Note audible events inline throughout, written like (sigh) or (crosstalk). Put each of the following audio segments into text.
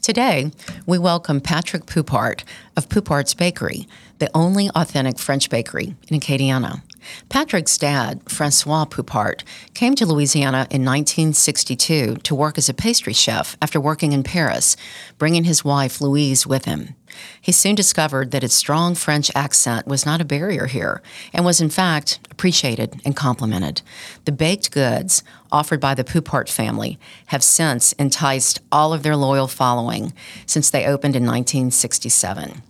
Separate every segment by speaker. Speaker 1: Today, we welcome Patrick Poupart of Poupart's Bakery, the only authentic French bakery in Acadiana. Patrick's dad, Francois Poupart, came to Louisiana in 1962 to work as a pastry chef after working in Paris, bringing his wife Louise with him. He soon discovered that his strong French accent was not a barrier here and was, in fact, appreciated and complimented. The baked goods offered by the Poupart family have since enticed all of their loyal following since they opened in 1967.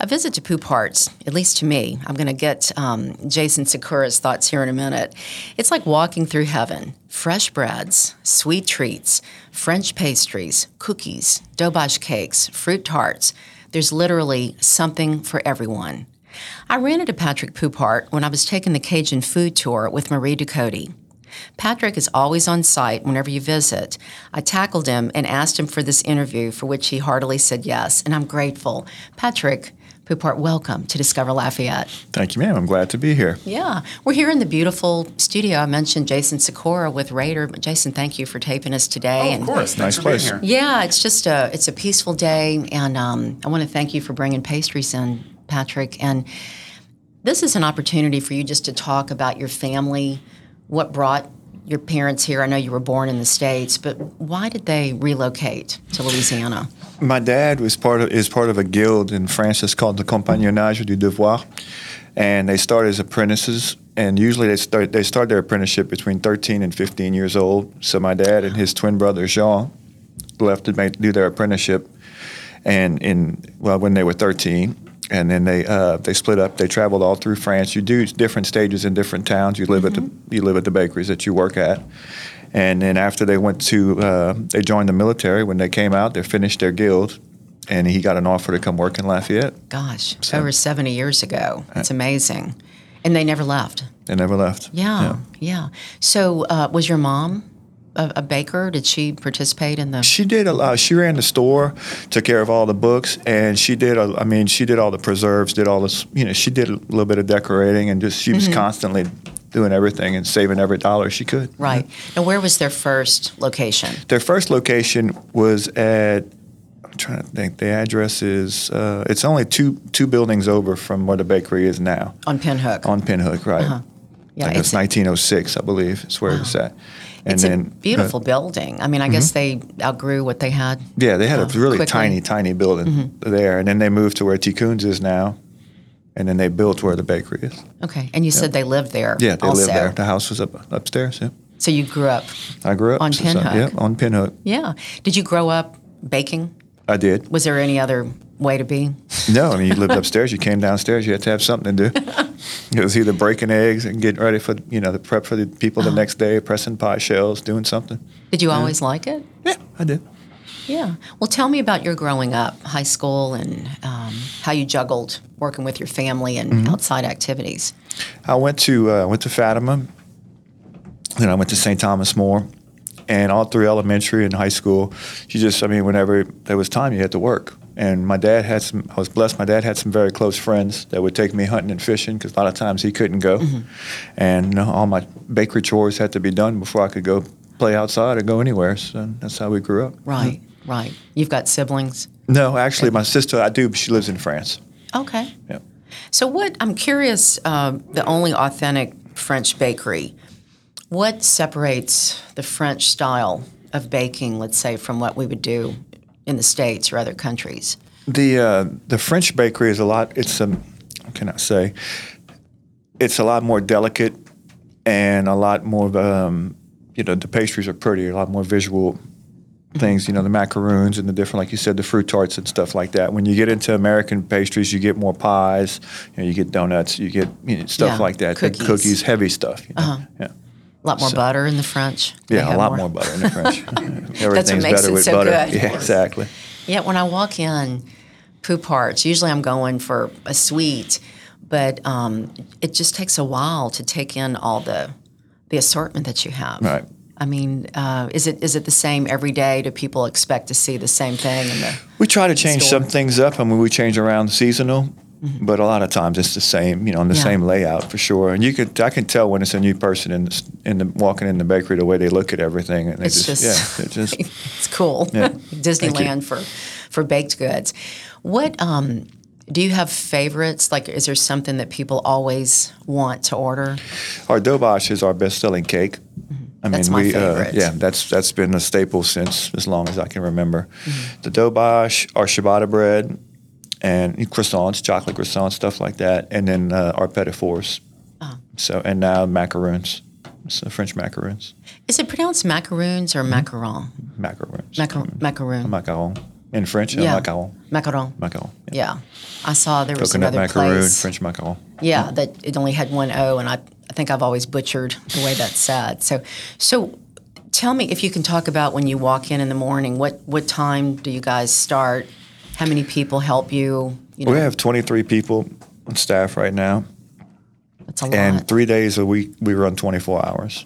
Speaker 1: A visit to Poupart's, at least to me, I'm going to get um, Jason Sakura's thoughts here in a minute. It's like walking through heaven. Fresh breads, sweet treats, French pastries, cookies, dobash cakes, fruit tarts. There's literally something for everyone. I ran into Patrick Poupart when I was taking the Cajun food tour with Marie Ducote. Patrick is always on site whenever you visit. I tackled him and asked him for this interview, for which he heartily said yes, and I'm grateful. Patrick Poupart, welcome to Discover Lafayette.
Speaker 2: Thank you, ma'am. I'm glad to be here.
Speaker 1: Yeah, we're here in the beautiful studio. I mentioned Jason Sikora with Raider. But Jason, thank you for taping us today.
Speaker 3: Oh,
Speaker 1: and-
Speaker 3: of course.
Speaker 2: Nice
Speaker 3: Thanks for
Speaker 2: place.
Speaker 3: being here.
Speaker 1: Yeah, it's just a it's a peaceful day, and um, I want to thank you for bringing pastries in, Patrick. And this is an opportunity for you just to talk about your family, what brought your parents here. I know you were born in the states, but why did they relocate to Louisiana?
Speaker 2: My dad was part of, is part of a guild in France that's called the Compagnonnage du Devoir, and they start as apprentices. And usually they start they start their apprenticeship between 13 and 15 years old. So my dad and his twin brother Jean left to make, do their apprenticeship, and in well when they were 13, and then they uh, they split up. They traveled all through France. You do different stages in different towns. You live at the you live at the bakeries that you work at, And then after they went to, uh, they joined the military. When they came out, they finished their guild, and he got an offer to come work in Lafayette
Speaker 1: Gosh, over seventy years ago.
Speaker 2: Uh,
Speaker 1: It's amazing, and they never left.
Speaker 2: and never left.
Speaker 1: Yeah, yeah. So, uh, was your mom a, a baker? Did she participate in the?
Speaker 2: She did a lot. She ran the store, took care of all the books, and she did. A, I mean, she did all the preserves, did all this. You know, she did a little bit of decorating, and just she was constantly doing everything and saving every dollar she could.
Speaker 1: Right. Now, where was their first location?
Speaker 2: Their first location was at. I'm trying to think. The address is. Uh, it's only two two buildings over from where the bakery is now.
Speaker 1: On Pinhook.
Speaker 2: on Pinhook, right?
Speaker 1: yeah,
Speaker 2: Like
Speaker 1: it's,
Speaker 2: it's, 1906, I believe. It's where it was at. And
Speaker 1: it's
Speaker 2: then uh, Mm-hmm.
Speaker 1: a beautiful building. I mean, I guess they outgrew what they had.
Speaker 2: uh, yeah, they had a really
Speaker 1: quickly. Mm-hmm.
Speaker 2: tiny, tiny building there, and then they moved to where T. Coons is now, and then they built where the bakery is.
Speaker 1: Okay. And you said they lived there.
Speaker 2: Yeah, they
Speaker 1: also.
Speaker 2: lived there. The house was up upstairs. Yeah,
Speaker 1: So you grew up.
Speaker 2: I grew up
Speaker 1: On
Speaker 2: so- so-
Speaker 1: Pinhook.
Speaker 2: Yeah, on Pinhook,
Speaker 1: Yeah. Did you grow up baking?
Speaker 2: I did.
Speaker 1: (laughs) Was there any other way to be?
Speaker 2: No, I mean you lived upstairs. You came downstairs. You had to have something
Speaker 1: (laughs)
Speaker 2: to do. it was either breaking eggs and getting ready for you know the prep for the people
Speaker 1: Uh-huh.
Speaker 2: the next day, pressing pie shells, doing something.
Speaker 1: Did you always like it?
Speaker 2: Yeah, I did.
Speaker 1: Yeah. Well, tell me about your growing up, high school, and um, how you juggled working with your family and
Speaker 2: Mm-hmm.
Speaker 1: outside activities.
Speaker 2: I went to uh, went to Fatima, then I went to St. Thomas More, and all through elementary and high school, you just I mean, whenever there was time, you had to work. And my dad had some. I was blessed. My dad had some very close friends that would take me hunting and fishing because a lot of times he couldn't go, and you know, all my bakery chores had to be done before I could go play outside or go anywhere. So that's how we grew up.
Speaker 1: Right. Right. You've got siblings.
Speaker 2: No, actually, my sister I do. but She lives in France.
Speaker 1: Okay.
Speaker 2: Yeah.
Speaker 1: So, what I'm curious, uh, the only authentic French bakery, what separates the French style of baking, let's say, from what we would do in the States or other countries?
Speaker 2: the uh, the French bakery is a lot. It's a can I say? It's a lot more delicate and a lot more. of, Um, you know, the pastries are pretty. A lot more visual things, you know, the macaroons and the different, like you said, the fruit tarts and stuff like that. When you get into American pastries, you get more pies, you, know, you get donuts, you get you know,
Speaker 1: Yeah,
Speaker 2: stuff like that, Big
Speaker 1: cookies.
Speaker 2: cookies heavy stuff. You know? Yeah,
Speaker 1: A lot more butter in the French. They
Speaker 2: yeah, a
Speaker 1: have
Speaker 2: lot more. butter in the French.
Speaker 1: (laughs)
Speaker 2: Everything's
Speaker 1: makes
Speaker 2: better
Speaker 1: it
Speaker 2: with
Speaker 1: so
Speaker 2: butter.
Speaker 1: good.
Speaker 2: Yeah, exactly.
Speaker 1: Yeah, when I walk in, poo parts. Usually, I'm going for a sweet, but um, it just takes a while to take in all the the assortment that you have.
Speaker 2: Right.
Speaker 1: I mean, uh, is it is it the same every day? Do people expect to see the same thing? And the,
Speaker 2: We try to change
Speaker 1: store.
Speaker 2: some things up. I mean, we change around seasonal, but a lot of times it's the same, you know, in the
Speaker 1: Mm-hmm. Yeah.
Speaker 2: same layout for sure. And you could, I can tell when it's a new person in the, s- in the walking in the bakery the way they look at everything, and they
Speaker 1: It's
Speaker 2: just,
Speaker 1: just- (laughs)
Speaker 2: yeah, they just
Speaker 1: it's cool.
Speaker 2: Yeah. Thank
Speaker 1: (laughs) Disneyland for for baked goods. What um, do you have favorites? Like, is there something that people always want to order?
Speaker 2: our dobosh is our best-selling cake. I
Speaker 1: Mm-hmm.
Speaker 2: uh,
Speaker 1: That's my favorite.
Speaker 2: yeah, that's that's been a staple since as long as I can remember.
Speaker 1: Mm-hmm.
Speaker 2: The dobosh, our ciabatta bread, and croissants, chocolate croissants, stuff like that, and then uh, our petit fours.
Speaker 1: Uh-huh.
Speaker 2: So and now macaroons, so French macaroons,
Speaker 1: Is it pronounced macaroons or
Speaker 2: Mm-hmm.
Speaker 1: macaron?
Speaker 2: macaroons,
Speaker 1: Macar- macaroon.
Speaker 2: macaron in French, yeah.
Speaker 1: Yeah.
Speaker 2: macaron,
Speaker 1: Macaron.
Speaker 2: macaron, yeah.
Speaker 1: Yeah. I saw there was
Speaker 2: coconut
Speaker 1: another
Speaker 2: macaroon,
Speaker 1: place.
Speaker 2: French Mm-hmm. macaron.
Speaker 1: Yeah, that it only had one O, and I, I think I've always butchered the way that's said. So, so tell me if you can talk about when you walk in in the morning. What what time do you guys start? How many people help you? You know,
Speaker 2: We have 23 people on staff right now.
Speaker 1: it's a lot.
Speaker 2: And three days a week, we run 24 hours.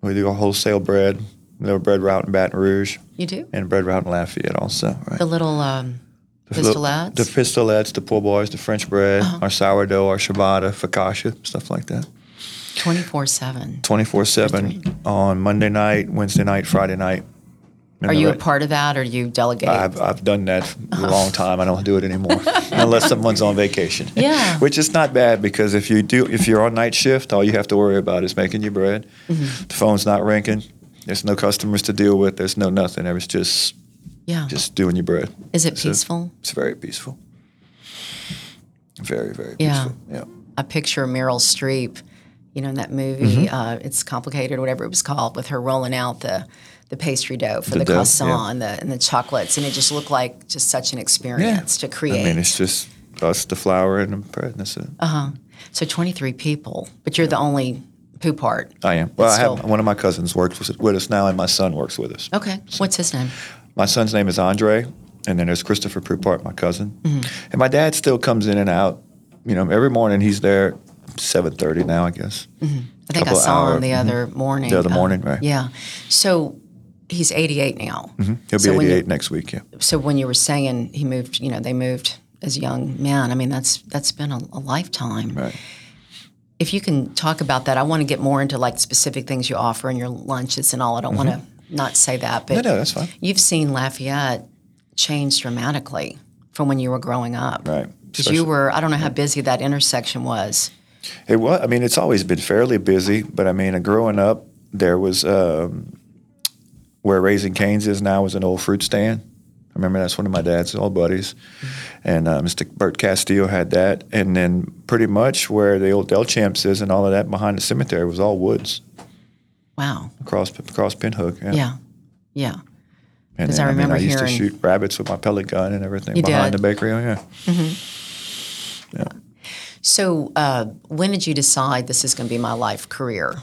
Speaker 2: We do a wholesale bread, the bread route in Baton Rouge,
Speaker 1: you do
Speaker 2: and bread route in Lafayette also. Right?
Speaker 1: the little um, pistolets.
Speaker 2: The pistolets, the poor boys, the French bread,
Speaker 1: Uh-huh.
Speaker 2: our sourdough, our ciabatta, focaccia, stuff like that.
Speaker 1: twenty four seven.
Speaker 2: 24 7 on Monday night, Wednesday night, Friday night. And
Speaker 1: Are
Speaker 2: the
Speaker 1: you a
Speaker 2: re-
Speaker 1: part of that, or do you delegate?
Speaker 2: I've, I've done that
Speaker 1: (laughs)
Speaker 2: for a long time. I don't do it anymore unless someone's on vacation.
Speaker 1: Yeah.
Speaker 2: Which is not bad because if you do if you're on night shift, all you have to worry about is making your bread.
Speaker 1: Mm-hmm.
Speaker 2: The phone's not ringing. There's no customers to deal with. There's no nothing. It's just
Speaker 1: yeah.
Speaker 2: just doing your bread.
Speaker 1: Is it
Speaker 2: So
Speaker 1: peaceful?
Speaker 2: It's very peaceful. Very very
Speaker 1: Yeah.
Speaker 2: peaceful. Yeah.
Speaker 1: I picture Meryl Streep, you know, in that movie,
Speaker 2: Mm-hmm.
Speaker 1: uh, it's complicated, whatever it was called, with her rolling out the the pastry dough for the,
Speaker 2: dough,
Speaker 1: croissant
Speaker 2: yeah.
Speaker 1: and, the, and the chocolates, and it just looked like just such an experience to create. Uh,
Speaker 2: I mean, it's just us, the flour, and the bread. That's it.
Speaker 1: so twenty three people, but you're the only poo part.
Speaker 2: I am. Well, I have
Speaker 1: still-
Speaker 2: one of my cousins works with, with us now, and my son works with us.
Speaker 1: Okay, what's his name?
Speaker 2: My son's name is Andre, and then there's Christopher Prupart, my cousin.
Speaker 1: Mm-hmm.
Speaker 2: And my dad still comes in and out. You know, every morning he's there, seven thirty now, I guess.
Speaker 1: Mm-hmm. I think I
Speaker 2: Couple of
Speaker 1: saw him
Speaker 2: hour-
Speaker 1: the other morning.
Speaker 2: The other
Speaker 1: Uh,
Speaker 2: morning, right. Mm-hmm.
Speaker 1: yeah. So he's eighty eight now.
Speaker 2: He'll be
Speaker 1: So when you-
Speaker 2: 88 next week. Yeah,
Speaker 1: So when you were saying he moved, you know, they moved as young men. I mean, that's that's been a, a lifetime.
Speaker 2: right.
Speaker 1: if you can talk about that, I want to get more into like specific things you offer in your lunches and all. I don't want to not say that, but
Speaker 2: Mm-hmm. No, no, that's fine.
Speaker 1: you've seen Lafayette change dramatically from when you were growing up.
Speaker 2: Right.
Speaker 1: 'Cause you were, I don't know how busy that intersection was.
Speaker 2: It was. I mean, it's always been fairly busy, but I mean, uh, growing up, there was um, where Raising Canes is now is an old fruit stand. I remember that's one of my dad's old buddies,
Speaker 1: Mm-hmm.
Speaker 2: and uh, Mr. Bert Castillo had that, and then pretty much where the old Del Champs is and all of that behind the cemetery was all woods
Speaker 1: Wow.
Speaker 2: across across Pinhook.
Speaker 1: Yeah. Yeah.
Speaker 2: And
Speaker 1: 'Cause
Speaker 2: then,
Speaker 1: I remember
Speaker 2: I, mean, I used to
Speaker 1: hearing-
Speaker 2: shoot rabbits with my pellet gun and everything
Speaker 1: You
Speaker 2: behind
Speaker 1: did?
Speaker 2: the bakery. Oh, yeah.
Speaker 1: So uh, when did you decide this is going to be my life career?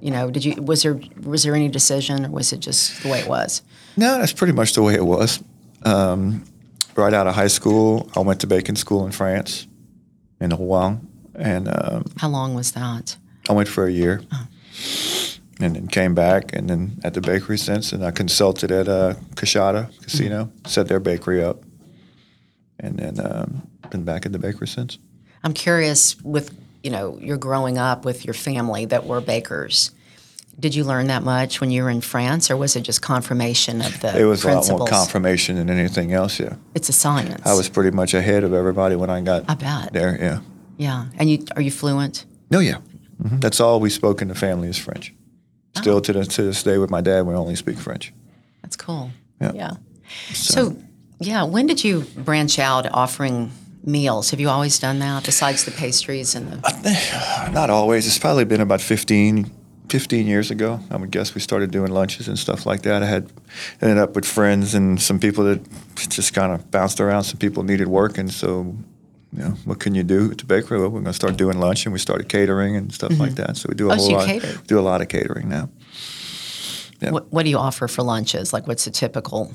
Speaker 1: You know, did you was there was there any decision or was it just the way it was?
Speaker 2: No, that's pretty much the way it was. Um, right out of high school, I went to baking school in France, in Rouen, and um,
Speaker 1: How long was that?
Speaker 2: I went for a year,
Speaker 1: Oh.
Speaker 2: and then came back, and then at the bakery since, and I consulted at uh, Cachada Casino,
Speaker 1: Mm-hmm.
Speaker 2: set their bakery up, and then um, been back at the bakery since.
Speaker 1: I'm curious with you know your growing up with your family that were bakers. Did you learn that much when you were in France, or was it just confirmation of the
Speaker 2: It was a lot more
Speaker 1: principles?
Speaker 2: confirmation than anything else. Yeah,
Speaker 1: it's a science.
Speaker 2: I was pretty much ahead of everybody when I got
Speaker 1: I bet.
Speaker 2: there. Yeah.
Speaker 1: Yeah, and you are you fluent?
Speaker 2: No, yeah. That's all we spoke in the family is French.
Speaker 1: Oh.
Speaker 2: Still to, the, to this day with my dad, we only speak French.
Speaker 1: That's cool.
Speaker 2: Yeah.
Speaker 1: So, yeah, when did you branch out offering meals? Have you always
Speaker 2: Uh,
Speaker 1: done that besides the pastries and the?
Speaker 2: Not always. It's probably been about 15, 15 years ago, I would guess we started doing lunches and stuff like that. I had ended up with friends and some people that just kind of bounced around. Some people needed work, and so you know, what can you do at the bakery? Well, we're going to start doing lunch, and we started catering and stuff like that. So we do a
Speaker 1: Oh, so
Speaker 2: whole
Speaker 1: you
Speaker 2: lot.
Speaker 1: cater.
Speaker 2: Do a lot of catering now. Yeah.
Speaker 1: What, what do you offer for lunches? Like, what's a typical?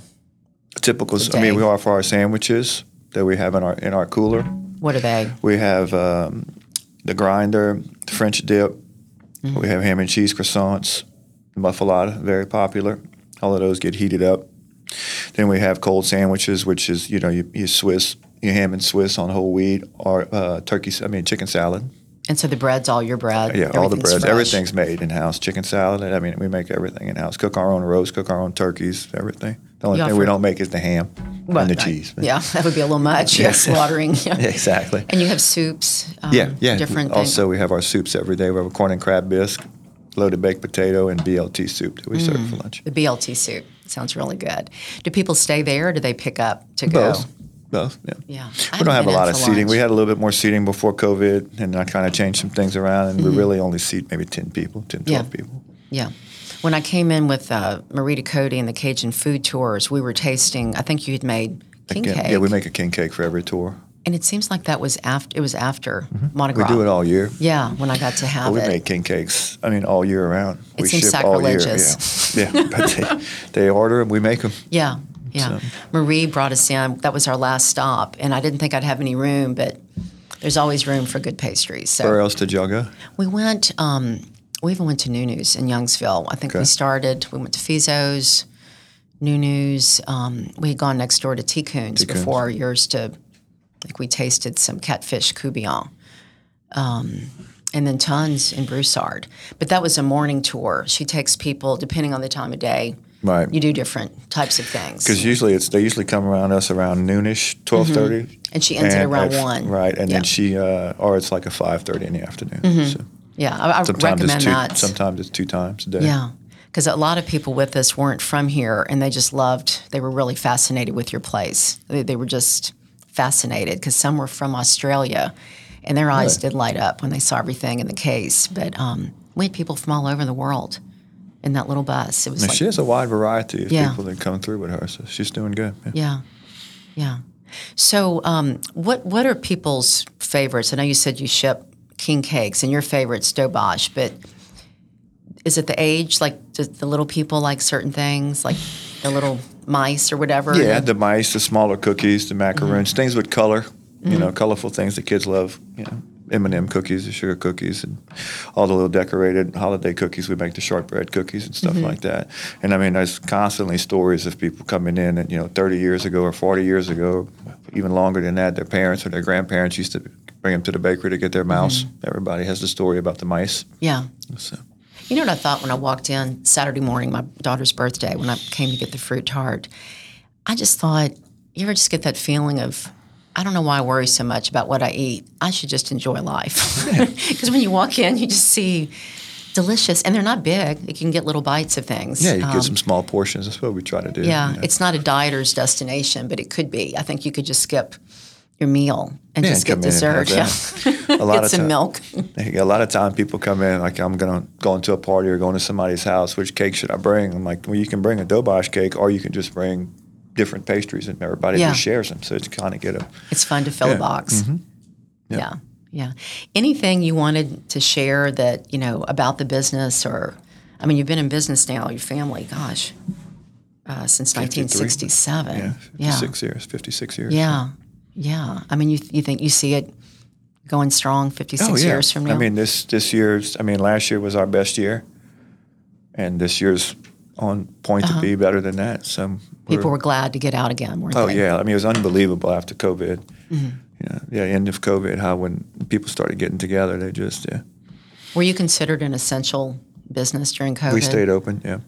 Speaker 2: Typical. I
Speaker 1: day.
Speaker 2: mean, we offer our sandwiches that we have in our in our cooler.
Speaker 1: What are they?
Speaker 2: We have um, the grinder, the French dip.
Speaker 1: Mm-hmm.
Speaker 2: We have ham and cheese croissants, muffalata, very popular. All of those get heated up. Then we have cold sandwiches, which is you know you, you Swiss, you ham and Swiss on whole wheat or uh, turkey. I mean chicken salad.
Speaker 1: And so the bread's all your bread.
Speaker 2: Yeah, all the
Speaker 1: everything's
Speaker 2: breads,
Speaker 1: fresh.
Speaker 2: everything's made in house. Chicken salad. I mean, we make everything in house. Cook our own roast, cook our own turkeys, everything. The only
Speaker 1: You
Speaker 2: thing
Speaker 1: offer-
Speaker 2: we don't make is the ham
Speaker 1: Well,
Speaker 2: and the
Speaker 1: I-
Speaker 2: cheese.
Speaker 1: Yeah, (laughs) that would be a little much. Yeah, slaughtering.
Speaker 2: (laughs)
Speaker 1: Yeah.
Speaker 2: exactly.
Speaker 1: And you have soups. Um,
Speaker 2: Yeah, yeah.
Speaker 1: Different things.
Speaker 2: also, we have our soups every day. We have a corn and crab bisque, loaded baked potato, and BLT soup that we serve for lunch.
Speaker 1: The BLT soup sounds really good. Do people stay there or do they pick up to go?
Speaker 2: Both, both. Yeah.
Speaker 1: Yeah.
Speaker 2: We don't have a lot of seating. We had a little bit more seating before COVID, and I kind of changed some things around. And we really only seat maybe ten people, 10,
Speaker 1: Mm-hmm. Yeah.
Speaker 2: 12 people.
Speaker 1: Yeah. When I came in with uh, Marita Cody and the Cajun food tours, we were tasting, I think you had made king
Speaker 2: Again,
Speaker 1: cake.
Speaker 2: Yeah, we make a king cake for every tour.
Speaker 1: and it seems like that was after, it was after Mardi
Speaker 2: Mm-hmm. We
Speaker 1: Gras.
Speaker 2: do it all year.
Speaker 1: Yeah, when I got to have
Speaker 2: we
Speaker 1: it.
Speaker 2: make king cakes. I mean, all year round. we
Speaker 1: seems
Speaker 2: ship all year.
Speaker 1: sacrilegious.
Speaker 2: Yeah, yeah. but they, they order them. We
Speaker 1: (laughs)
Speaker 2: make them.
Speaker 1: Yeah, yeah. Marie brought us in. That was our last stop, and I didn't think I'd have any room, but there's always room for good pastries. So
Speaker 2: Where else did y'all go?
Speaker 1: we went. Um, we even went to Nunu's in Youngsville. I think we
Speaker 2: Okay.
Speaker 1: started. We went to Fizo's, Nunu's. Um, we had gone next door to Ticoon's before yours to. Like we tasted some catfish coubillon. Um, and then tons in Broussard. But that was a morning tour. She takes people, depending on the time of day,
Speaker 2: Right.
Speaker 1: you do different types of things.
Speaker 2: Because usually it's they usually come around us around noonish, twelve
Speaker 1: Mm-hmm. And she ends it around one.
Speaker 2: Right, and
Speaker 1: Yeah.
Speaker 2: then she uh, or it's like a five thirty in the afternoon. So
Speaker 1: Yeah, I, I
Speaker 2: sometimes
Speaker 1: recommend
Speaker 2: it's two.
Speaker 1: that.
Speaker 2: Sometimes it's two times a day.
Speaker 1: Yeah, because a lot of people with us weren't from here, and they just loved. They were really fascinated with your place. They, they were just fascinated because some were from Australia, and their eyes did light up when they saw everything in the case. But um, we had people from all over the world in that little bus. It was
Speaker 2: And
Speaker 1: like
Speaker 2: she has a wide variety of
Speaker 1: Yeah.
Speaker 2: people that come through with her, so she's doing good. Yeah.
Speaker 1: Yeah, yeah. So, um, what what are people's favorites? I know you said you ship king cakes, and your favorite's dobosh, but is it the age? Like, do the little people like certain things, like the little mice or whatever?
Speaker 2: Yeah, the mice, the smaller cookies, the macaroons,
Speaker 1: Mm-hmm.
Speaker 2: things with color. You know, colorful things that kids love. You know, M and M cookies, the sugar cookies, and all the little decorated holiday cookies. We make the shortbread cookies and stuff
Speaker 1: Mm-hmm.
Speaker 2: like that. And I mean, there's constantly stories of people coming in, and you know, 30 years ago or 40 years ago, even longer than that, their parents or their grandparents used to bring them to the bakery to get their mouse.
Speaker 1: Mm-hmm.
Speaker 2: Everybody has the story about the mice.
Speaker 1: yeah.
Speaker 2: So.
Speaker 1: You know what I thought when I walked in Saturday morning, my daughter's birthday, when I came to get the fruit tart? I just thought, you ever just get that feeling of, I don't know why I worry so much about what I eat. I should just enjoy life. (laughs) Because when you walk in, you just see delicious, and they're not big. You can get little bites of things.
Speaker 2: Yeah, you
Speaker 1: Um,
Speaker 2: get some small portions. That's what we try to do.
Speaker 1: yeah,
Speaker 2: you know.
Speaker 1: it's not a dieter's destination, but it could be. I think you could just skip your meal and
Speaker 2: Yeah,
Speaker 1: just get
Speaker 2: come in and have
Speaker 1: dessert. Yeah.
Speaker 2: that. A lot
Speaker 1: get
Speaker 2: of
Speaker 1: some
Speaker 2: time-
Speaker 1: milk.
Speaker 2: Like, a lot of time people come in like I'm gonna going to a party or going to somebody's house. Which cake should I bring? I'm like, well, you can bring a dobosh cake, or you can just bring different pastries, and everybody
Speaker 1: Yeah.
Speaker 2: just shares them. So it's kind of get a
Speaker 1: It's fun to fill a
Speaker 2: Yeah. Mm-hmm.
Speaker 1: box. Yeah. yeah. Anything you wanted to share that, you know, about the business or, I mean, you've been in business now, your family, gosh, uh, since 1967.
Speaker 2: yeah,
Speaker 1: Yeah.
Speaker 2: 56 years, 56 years.
Speaker 1: Yeah. Yeah. I mean, you, you think you see it going strong 56 years from now?
Speaker 2: Oh, I mean, this this year's. I mean, last year was our best year, and this year's on point to be better than that. So we're-
Speaker 1: Uh-huh. people were glad to get out again, weren't
Speaker 2: Oh
Speaker 1: they?
Speaker 2: yeah, I mean it was unbelievable after COVID.
Speaker 1: Mm-hmm.
Speaker 2: Yeah, yeah, end of COVID, how when people started getting together, they just yeah,
Speaker 1: Were you considered an essential business during COVID?
Speaker 2: we stayed open. Yeah,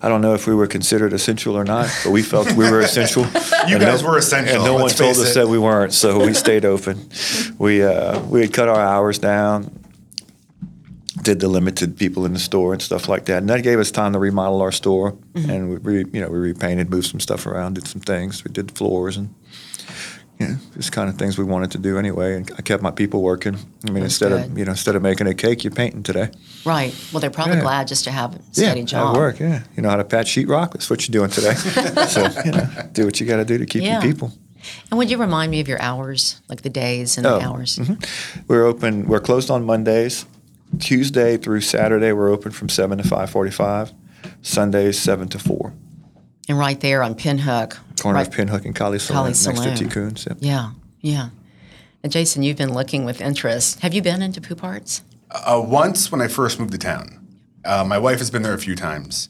Speaker 2: I don't know if we were considered essential or not, but we felt we were essential.
Speaker 3: (laughs) You
Speaker 2: And
Speaker 3: guys
Speaker 2: no-
Speaker 3: were essential.
Speaker 2: and no one
Speaker 3: let's
Speaker 2: told
Speaker 3: face
Speaker 2: us
Speaker 3: it.
Speaker 2: that we weren't, so we stayed open. We uh, we had cut our hours down, did the limited people in the store and stuff like that, and that gave us time to remodel our store.
Speaker 1: Mm-hmm.
Speaker 2: And we, re, you know, we repainted, moved some stuff around, did some things. We did floors and you yeah, just kind of things we wanted to do anyway. And I kept my people working. I mean,
Speaker 1: That's
Speaker 2: instead
Speaker 1: good.
Speaker 2: of you know, instead of making a cake, you're painting today.
Speaker 1: Right. Well, they're probably
Speaker 2: Yeah.
Speaker 1: glad just to have a steady
Speaker 2: yeah,
Speaker 1: job.
Speaker 2: at work. Yeah, you know how to patch sheetrock. That's what you're doing
Speaker 1: (laughs)
Speaker 2: today. so you know, do what you got to do to keep
Speaker 1: Yeah.
Speaker 2: your people.
Speaker 1: And would you remind me of your hours, like the days and
Speaker 2: Oh,
Speaker 1: the hours?
Speaker 2: We're open. We're closed on Mondays. Tuesday through Saturday, we're open from seven to five forty-five. Sundays seven to four.
Speaker 1: And right there on Pinhook.
Speaker 2: Corner
Speaker 1: right,
Speaker 2: of Pinhook and Kali Saloon,
Speaker 1: Kali Saloon.
Speaker 2: next to Ticoon's. Yep.
Speaker 1: Yeah, yeah. And Jason, you've been looking with interest. Have you been into poop arts?
Speaker 3: Uh, once when I first moved to town. Uh, my wife has been there a few times,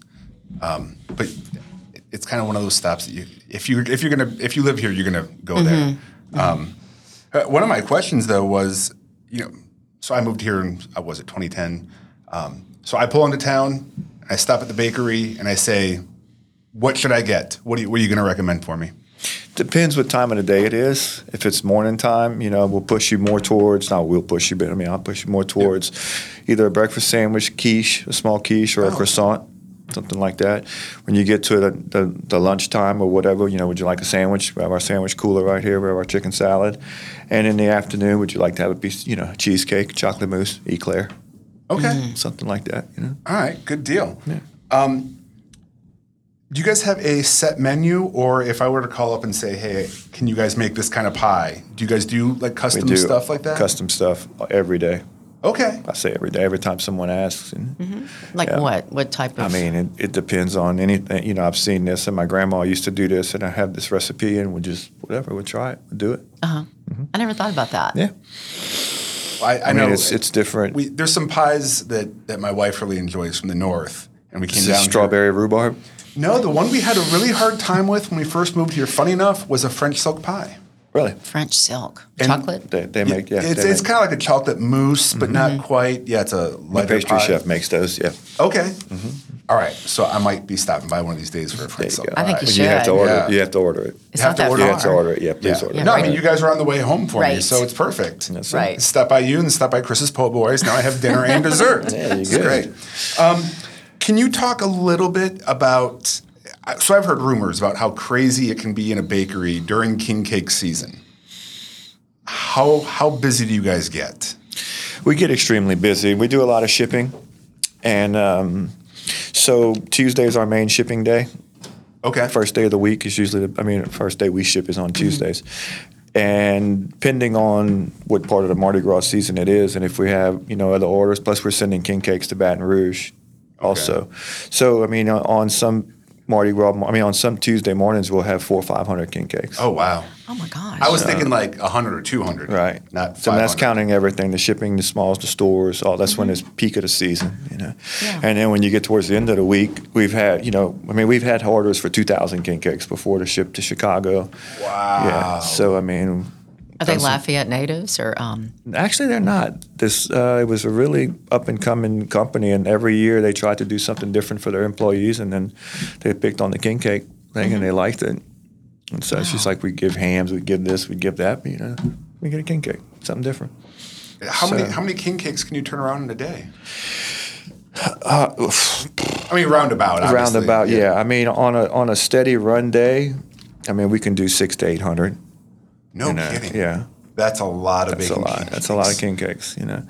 Speaker 3: um, but it- it's kind of one of those stops that you, if you if you're gonna if you live here, you're gonna go
Speaker 2: Mm-hmm.
Speaker 3: there. Um, uh, one of my questions though was, you know, so I moved here in I was it 2010. Um, so I pull into town, I stop at the bakery, and I say, "What should I get? What are you, what are you gonna recommend for me?"
Speaker 2: Depends what time of the day it is. If it's morning time, you know, we'll push you more towards, not we'll push you, but I mean, I'll push you more towards either a breakfast sandwich, quiche, a small quiche,
Speaker 3: Oh.
Speaker 2: or a croissant, something like that. When you get to the, the, the lunchtime or whatever, you know, would you like a sandwich? We have our sandwich cooler right here. We have our chicken salad. And in the afternoon, would you like to have a piece, you know, cheesecake, chocolate mousse, eclair,
Speaker 3: Okay.
Speaker 2: Mm-hmm. something like that, you know?
Speaker 3: All right, good deal. Um, do you guys have a set menu, or if I were to call up and say, "Hey, can you guys make this kind of pie?" Do you guys do
Speaker 2: We
Speaker 3: like custom
Speaker 2: do
Speaker 3: stuff like that?
Speaker 2: Custom stuff every day.
Speaker 3: Okay.
Speaker 2: I say every day, every time someone asks. And,
Speaker 1: Like
Speaker 2: Yeah.
Speaker 1: what? What type of?
Speaker 2: I mean, it, it depends on anything. You know, I've seen this, and my grandma used to do this, and I have this recipe, and we'll just whatever, we'll try it, we'll do it.
Speaker 1: I never thought about that.
Speaker 2: Yeah,
Speaker 3: I, I,
Speaker 2: I mean,
Speaker 3: know
Speaker 2: it's it's different.
Speaker 3: we, there's some pies that that my wife really enjoys from the north, and we came
Speaker 2: Is it
Speaker 3: down here-
Speaker 2: strawberry rhubarb.
Speaker 3: No, the one we had a really hard time with when we first moved here, funny enough, was a French silk pie.
Speaker 2: Really,
Speaker 1: French silk,
Speaker 3: And
Speaker 1: chocolate.
Speaker 2: they, they make yeah.
Speaker 3: it's
Speaker 2: they
Speaker 3: it's
Speaker 2: make-
Speaker 3: kind of like a chocolate mousse, but not quite. Yeah, it's a
Speaker 2: the
Speaker 3: lighter
Speaker 2: pastry
Speaker 3: pie.
Speaker 2: chef makes those. Yeah,
Speaker 3: Okay. Mm-hmm. All right. So I might be stopping by one of these days for a French
Speaker 2: there
Speaker 3: silk
Speaker 2: you go.
Speaker 3: pie.
Speaker 1: I think you
Speaker 2: But you have to
Speaker 1: should.
Speaker 2: order.
Speaker 3: Yeah.
Speaker 2: You have to order it.
Speaker 1: it's
Speaker 3: have
Speaker 1: not
Speaker 3: to
Speaker 1: that
Speaker 3: order
Speaker 2: you
Speaker 1: far.
Speaker 2: have to order it. Yeah, please
Speaker 3: Yeah.
Speaker 2: order. it.
Speaker 3: no, I
Speaker 1: right.
Speaker 3: mean, you guys are on the way home for me,
Speaker 1: Right.
Speaker 3: so it's perfect.
Speaker 2: That's it.
Speaker 1: Right.
Speaker 3: Stop by you and stop by Chris's po' boys. Now I have dinner
Speaker 2: (laughs)
Speaker 3: and dessert.
Speaker 2: Yeah, you
Speaker 3: it's
Speaker 2: good.
Speaker 3: great. Um, can you talk a little bit about? I- So I've heard rumors about how crazy it can be in a bakery during king cake season. How how busy do you guys get?
Speaker 2: We get extremely busy. We do a lot of shipping, and um, so Tuesday is our main shipping day.
Speaker 3: Okay.
Speaker 2: first day of the week is usually the, I mean first day we ship is on
Speaker 3: Mm-hmm.
Speaker 2: Tuesdays. And depending on what part of the Mardi Gras season it is, and if we have you know other orders, plus we're sending king cakes to Baton Rouge, also. So I mean, on- on some Mardi Gras, I mean on some Tuesday mornings, we'll have four or five hundred king cakes.
Speaker 3: Oh wow.
Speaker 1: Oh my gosh.
Speaker 3: I was thinking like 100 or 200.
Speaker 2: Right.
Speaker 3: Not
Speaker 2: so that's
Speaker 3: 500.
Speaker 2: counting everything the shipping, the smalls, the stores, all that's when it's
Speaker 3: Mm-hmm.
Speaker 2: peak of the season, you know.
Speaker 1: Yeah.
Speaker 2: And then when you get towards the end of the week, we've had, you know, I mean, we've had orders for 2,000 king cakes before the ship to Chicago.
Speaker 3: Wow.
Speaker 2: Yeah. So, I mean,
Speaker 1: Are they
Speaker 2: that's-
Speaker 1: Lafayette natives or? Um,
Speaker 2: Actually, they're not. This uh, it was a really up and coming company, and every year they tried to do something different for their employees, and then they picked on the king cake thing, and they liked it. And so it's just like we give hams, we give this, we give that, but, you know, we get a king cake, something different.
Speaker 3: How many
Speaker 2: So-
Speaker 3: how many king cakes can you turn around in a day? I mean, roundabout. obviously.
Speaker 2: Uh, Roundabout, yeah. I mean, on a on a steady run day, I mean, we can do six to eight hundred.
Speaker 3: No kidding.
Speaker 2: Yeah.
Speaker 3: That's a lot of
Speaker 2: That's a
Speaker 3: baking.
Speaker 2: lot.
Speaker 3: king
Speaker 2: That's a lot of
Speaker 3: cakes.
Speaker 2: king cakes, you know.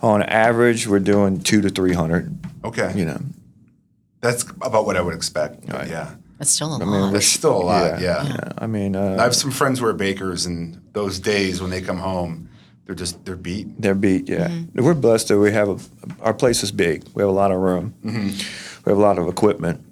Speaker 2: On average, we're doing two to three hundred,
Speaker 3: Okay.
Speaker 2: you know.
Speaker 3: That's about what I would expect. but
Speaker 2: Right.
Speaker 3: Yeah.
Speaker 1: that's still a lot.
Speaker 3: That's still a lot. Yeah.
Speaker 2: I mean, uh,
Speaker 3: I have some friends who are bakers, and those days when they come home, they're just they're beat.
Speaker 2: They're beat, yeah.
Speaker 1: Mm-hmm.
Speaker 2: We're blessed that we have a, our place is big. We have a lot of room.
Speaker 1: Mm-hmm.
Speaker 2: We have a lot of equipment.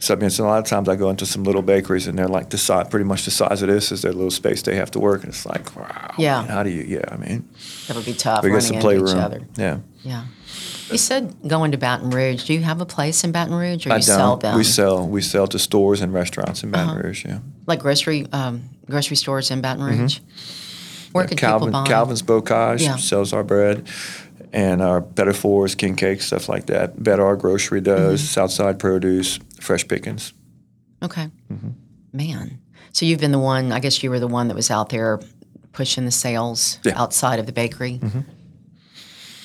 Speaker 2: So I mean, so a lot of times I go into some little bakeries and they're like the size, pretty much the size of this is their little space they have to work, and it's like, wow.
Speaker 1: Yeah.
Speaker 2: How do you? Yeah, I mean,
Speaker 1: that would be tough.
Speaker 2: we got
Speaker 1: running
Speaker 2: some
Speaker 1: into each
Speaker 2: playroom.
Speaker 1: other.
Speaker 2: Yeah.
Speaker 1: Yeah. You said going to Baton Rouge. Do you have a place in Baton Rouge, or you
Speaker 2: I
Speaker 1: sell
Speaker 2: don't.
Speaker 1: them? Uh-huh.
Speaker 2: We sell. We sell to stores and restaurants in Baton Rouge. Yeah.
Speaker 1: like grocery um, grocery stores in Baton Rouge. Where could
Speaker 2: Mm-hmm. Calvin,
Speaker 1: people buy?
Speaker 2: Calvin's Bocage
Speaker 1: Yeah.
Speaker 2: sells our bread and our better fours, king cakes, stuff like that. Bedar Grocery does,
Speaker 1: Mm-hmm.
Speaker 2: Southside Produce, Fresh Pickings.
Speaker 1: Okay.
Speaker 2: Mm-hmm.
Speaker 1: Man. So you've been the one, I guess you were the one that was out there pushing the sales
Speaker 2: Yeah. Mm-hmm.
Speaker 1: outside of the bakery.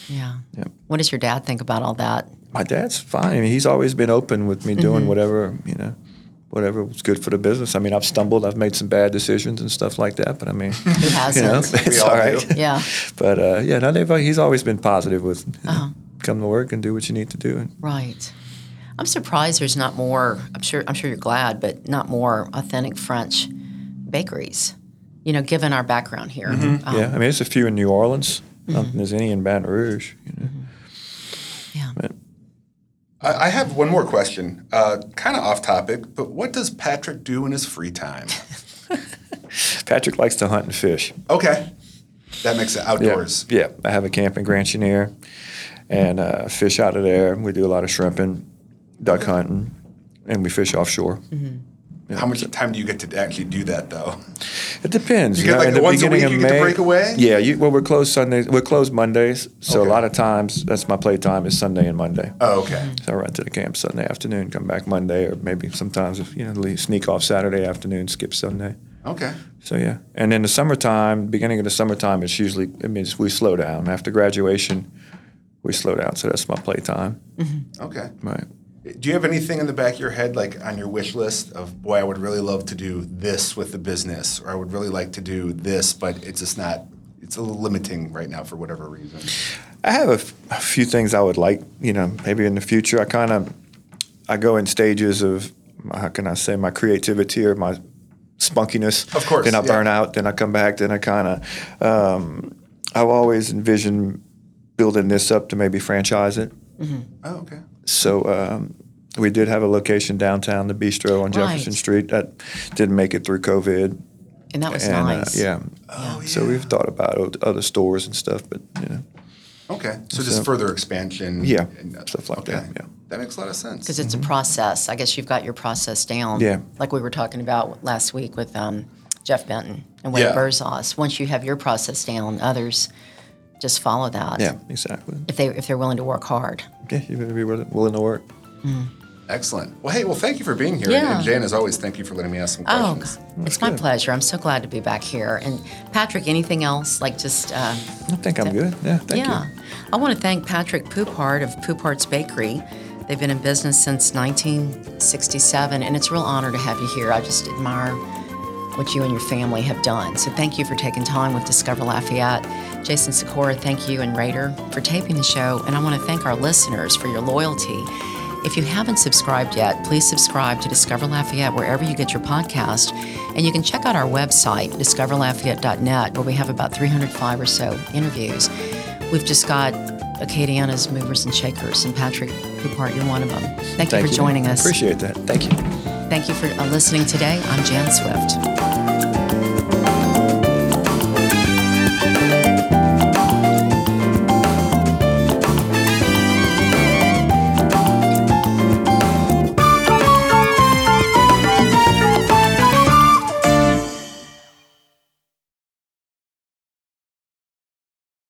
Speaker 1: Yeah.
Speaker 2: Yep.
Speaker 1: What does your
Speaker 2: (laughs)
Speaker 1: dad think about all that?
Speaker 3: Mm-hmm.
Speaker 2: My dad's fine. I mean, he's always been open with me doing whatever, you know. whatever was good for the business. I mean, I've stumbled, I've made some bad decisions and stuff like that, but I mean,
Speaker 1: Who
Speaker 2: you
Speaker 1: hasn't?
Speaker 3: (laughs)
Speaker 2: know, it's
Speaker 3: all
Speaker 2: all right. (laughs)
Speaker 1: (laughs)
Speaker 3: do.
Speaker 1: Yeah,
Speaker 2: But uh, yeah, no, they've, he's always been positive with
Speaker 3: Uh-huh.
Speaker 2: come to work and do what you need to do. And
Speaker 1: right. I'm surprised there's not more. I'm sure. I'm sure you're glad, but not more authentic French bakeries. You know, given our background here. Um,
Speaker 3: Uh-huh.
Speaker 2: yeah, I mean, there's a few in New Orleans. I
Speaker 3: Mm-hmm.
Speaker 2: don't think there's any in Baton Rouge. You know?
Speaker 1: yeah.
Speaker 3: I, I have one more question, uh, kind of off topic, but what does Patrick do in his free
Speaker 2: (laughs)
Speaker 3: time?
Speaker 2: Patrick likes to hunt and fish.
Speaker 3: okay, that makes it
Speaker 2: Yeah,
Speaker 3: outdoors.
Speaker 2: Yeah, I have a camp in Grand Chenier and uh, fish out of there. We do a lot of shrimping, duck
Speaker 3: Mm-hmm.
Speaker 2: hunting, and we fish offshore.
Speaker 3: How much time do you get to actually do that though?
Speaker 2: It depends.
Speaker 3: You get, like,
Speaker 2: at
Speaker 3: the once a
Speaker 2: beginning
Speaker 3: week
Speaker 2: of
Speaker 3: you get to break away?
Speaker 2: Yeah, you, well, we're closed Sundays. We're closed Mondays, so
Speaker 3: Okay.
Speaker 2: a lot of times that's my play time is Sunday and Monday.
Speaker 3: Oh, okay.
Speaker 2: So I run to the camp Sunday afternoon, come back Monday, or maybe sometimes if you know leave, sneak off Saturday afternoon, skip Sunday.
Speaker 3: Okay.
Speaker 2: So yeah, and in the summertime, beginning of the summertime, it's usually it means we slow down after graduation. We slow down, so that's my playtime.
Speaker 3: Okay.
Speaker 2: Right.
Speaker 3: Do you have anything in the back of your head, like on your wish list of, boy, I would really love to do this with the business, or I would really like to do this, but it's just not, it's a little limiting right now for whatever reason?
Speaker 2: I have a, f- a few things I would like, you know, maybe in the future. I kind of I go in stages of how can I say my creativity or my spunkiness.
Speaker 3: Of course,
Speaker 2: Then I
Speaker 3: yeah.
Speaker 2: burn out. Then I come back. Then I kind of um, I've always envisioned building this up to maybe franchise it.
Speaker 3: Oh, okay.
Speaker 2: So um, we did have a location downtown, the Bistro on Jefferson
Speaker 1: Right.
Speaker 2: Street. That didn't make it through COVID.
Speaker 1: And that was
Speaker 2: and uh,
Speaker 1: nice.
Speaker 2: yeah.
Speaker 3: Oh, yeah.
Speaker 2: So we've thought about o- other stores and stuff, but you know,
Speaker 3: Okay. So just further expansion.
Speaker 2: Yeah,
Speaker 3: and, uh,
Speaker 2: stuff like that, yeah.
Speaker 3: That makes a lot of sense.
Speaker 1: Because it's a process. I guess you've got your process down.
Speaker 2: Mm-hmm. Yeah.
Speaker 1: Like we were talking about last week with um, Jeff Benton and Wade
Speaker 3: Yeah.
Speaker 1: Berzoss. Once you have your process down, others just follow that.
Speaker 2: yeah, exactly.
Speaker 1: If they if they're willing to work hard.
Speaker 2: Yeah, you better be willing, willing to work.
Speaker 3: Excellent. Well, hey, well, thank you for being here.
Speaker 1: Yeah.
Speaker 3: And Jan, as always, thank you for letting me ask some
Speaker 1: Oh,
Speaker 3: questions.
Speaker 1: it's my pleasure. I'm so glad to be back here. And Patrick, anything else? Like just. Uh,
Speaker 2: I think I'm good. Yeah, thank
Speaker 1: yeah.
Speaker 2: you.
Speaker 1: I want to thank Patrick Poupart of Poupart's Bakery. They've been in business since 1967, and it's a real honor to have you here. I just admire what you and your family have done. So thank you for taking time with Discover Lafayette. Jason Sikora, thank you, and Raider for taping the show. And I want to thank our listeners for your loyalty. If you haven't subscribed yet, please subscribe to Discover Lafayette wherever you get your podcast. And you can check out our website, discoverlafayette.net, where we have about 305 or so interviews. We've just got Acadiana's Movers and Shakers, and Patrick Coupart, you're one of them. Thank, you for joining us.
Speaker 2: Appreciate that. Thank you.
Speaker 1: Thank you for uh, listening today. I'm Jan Swift.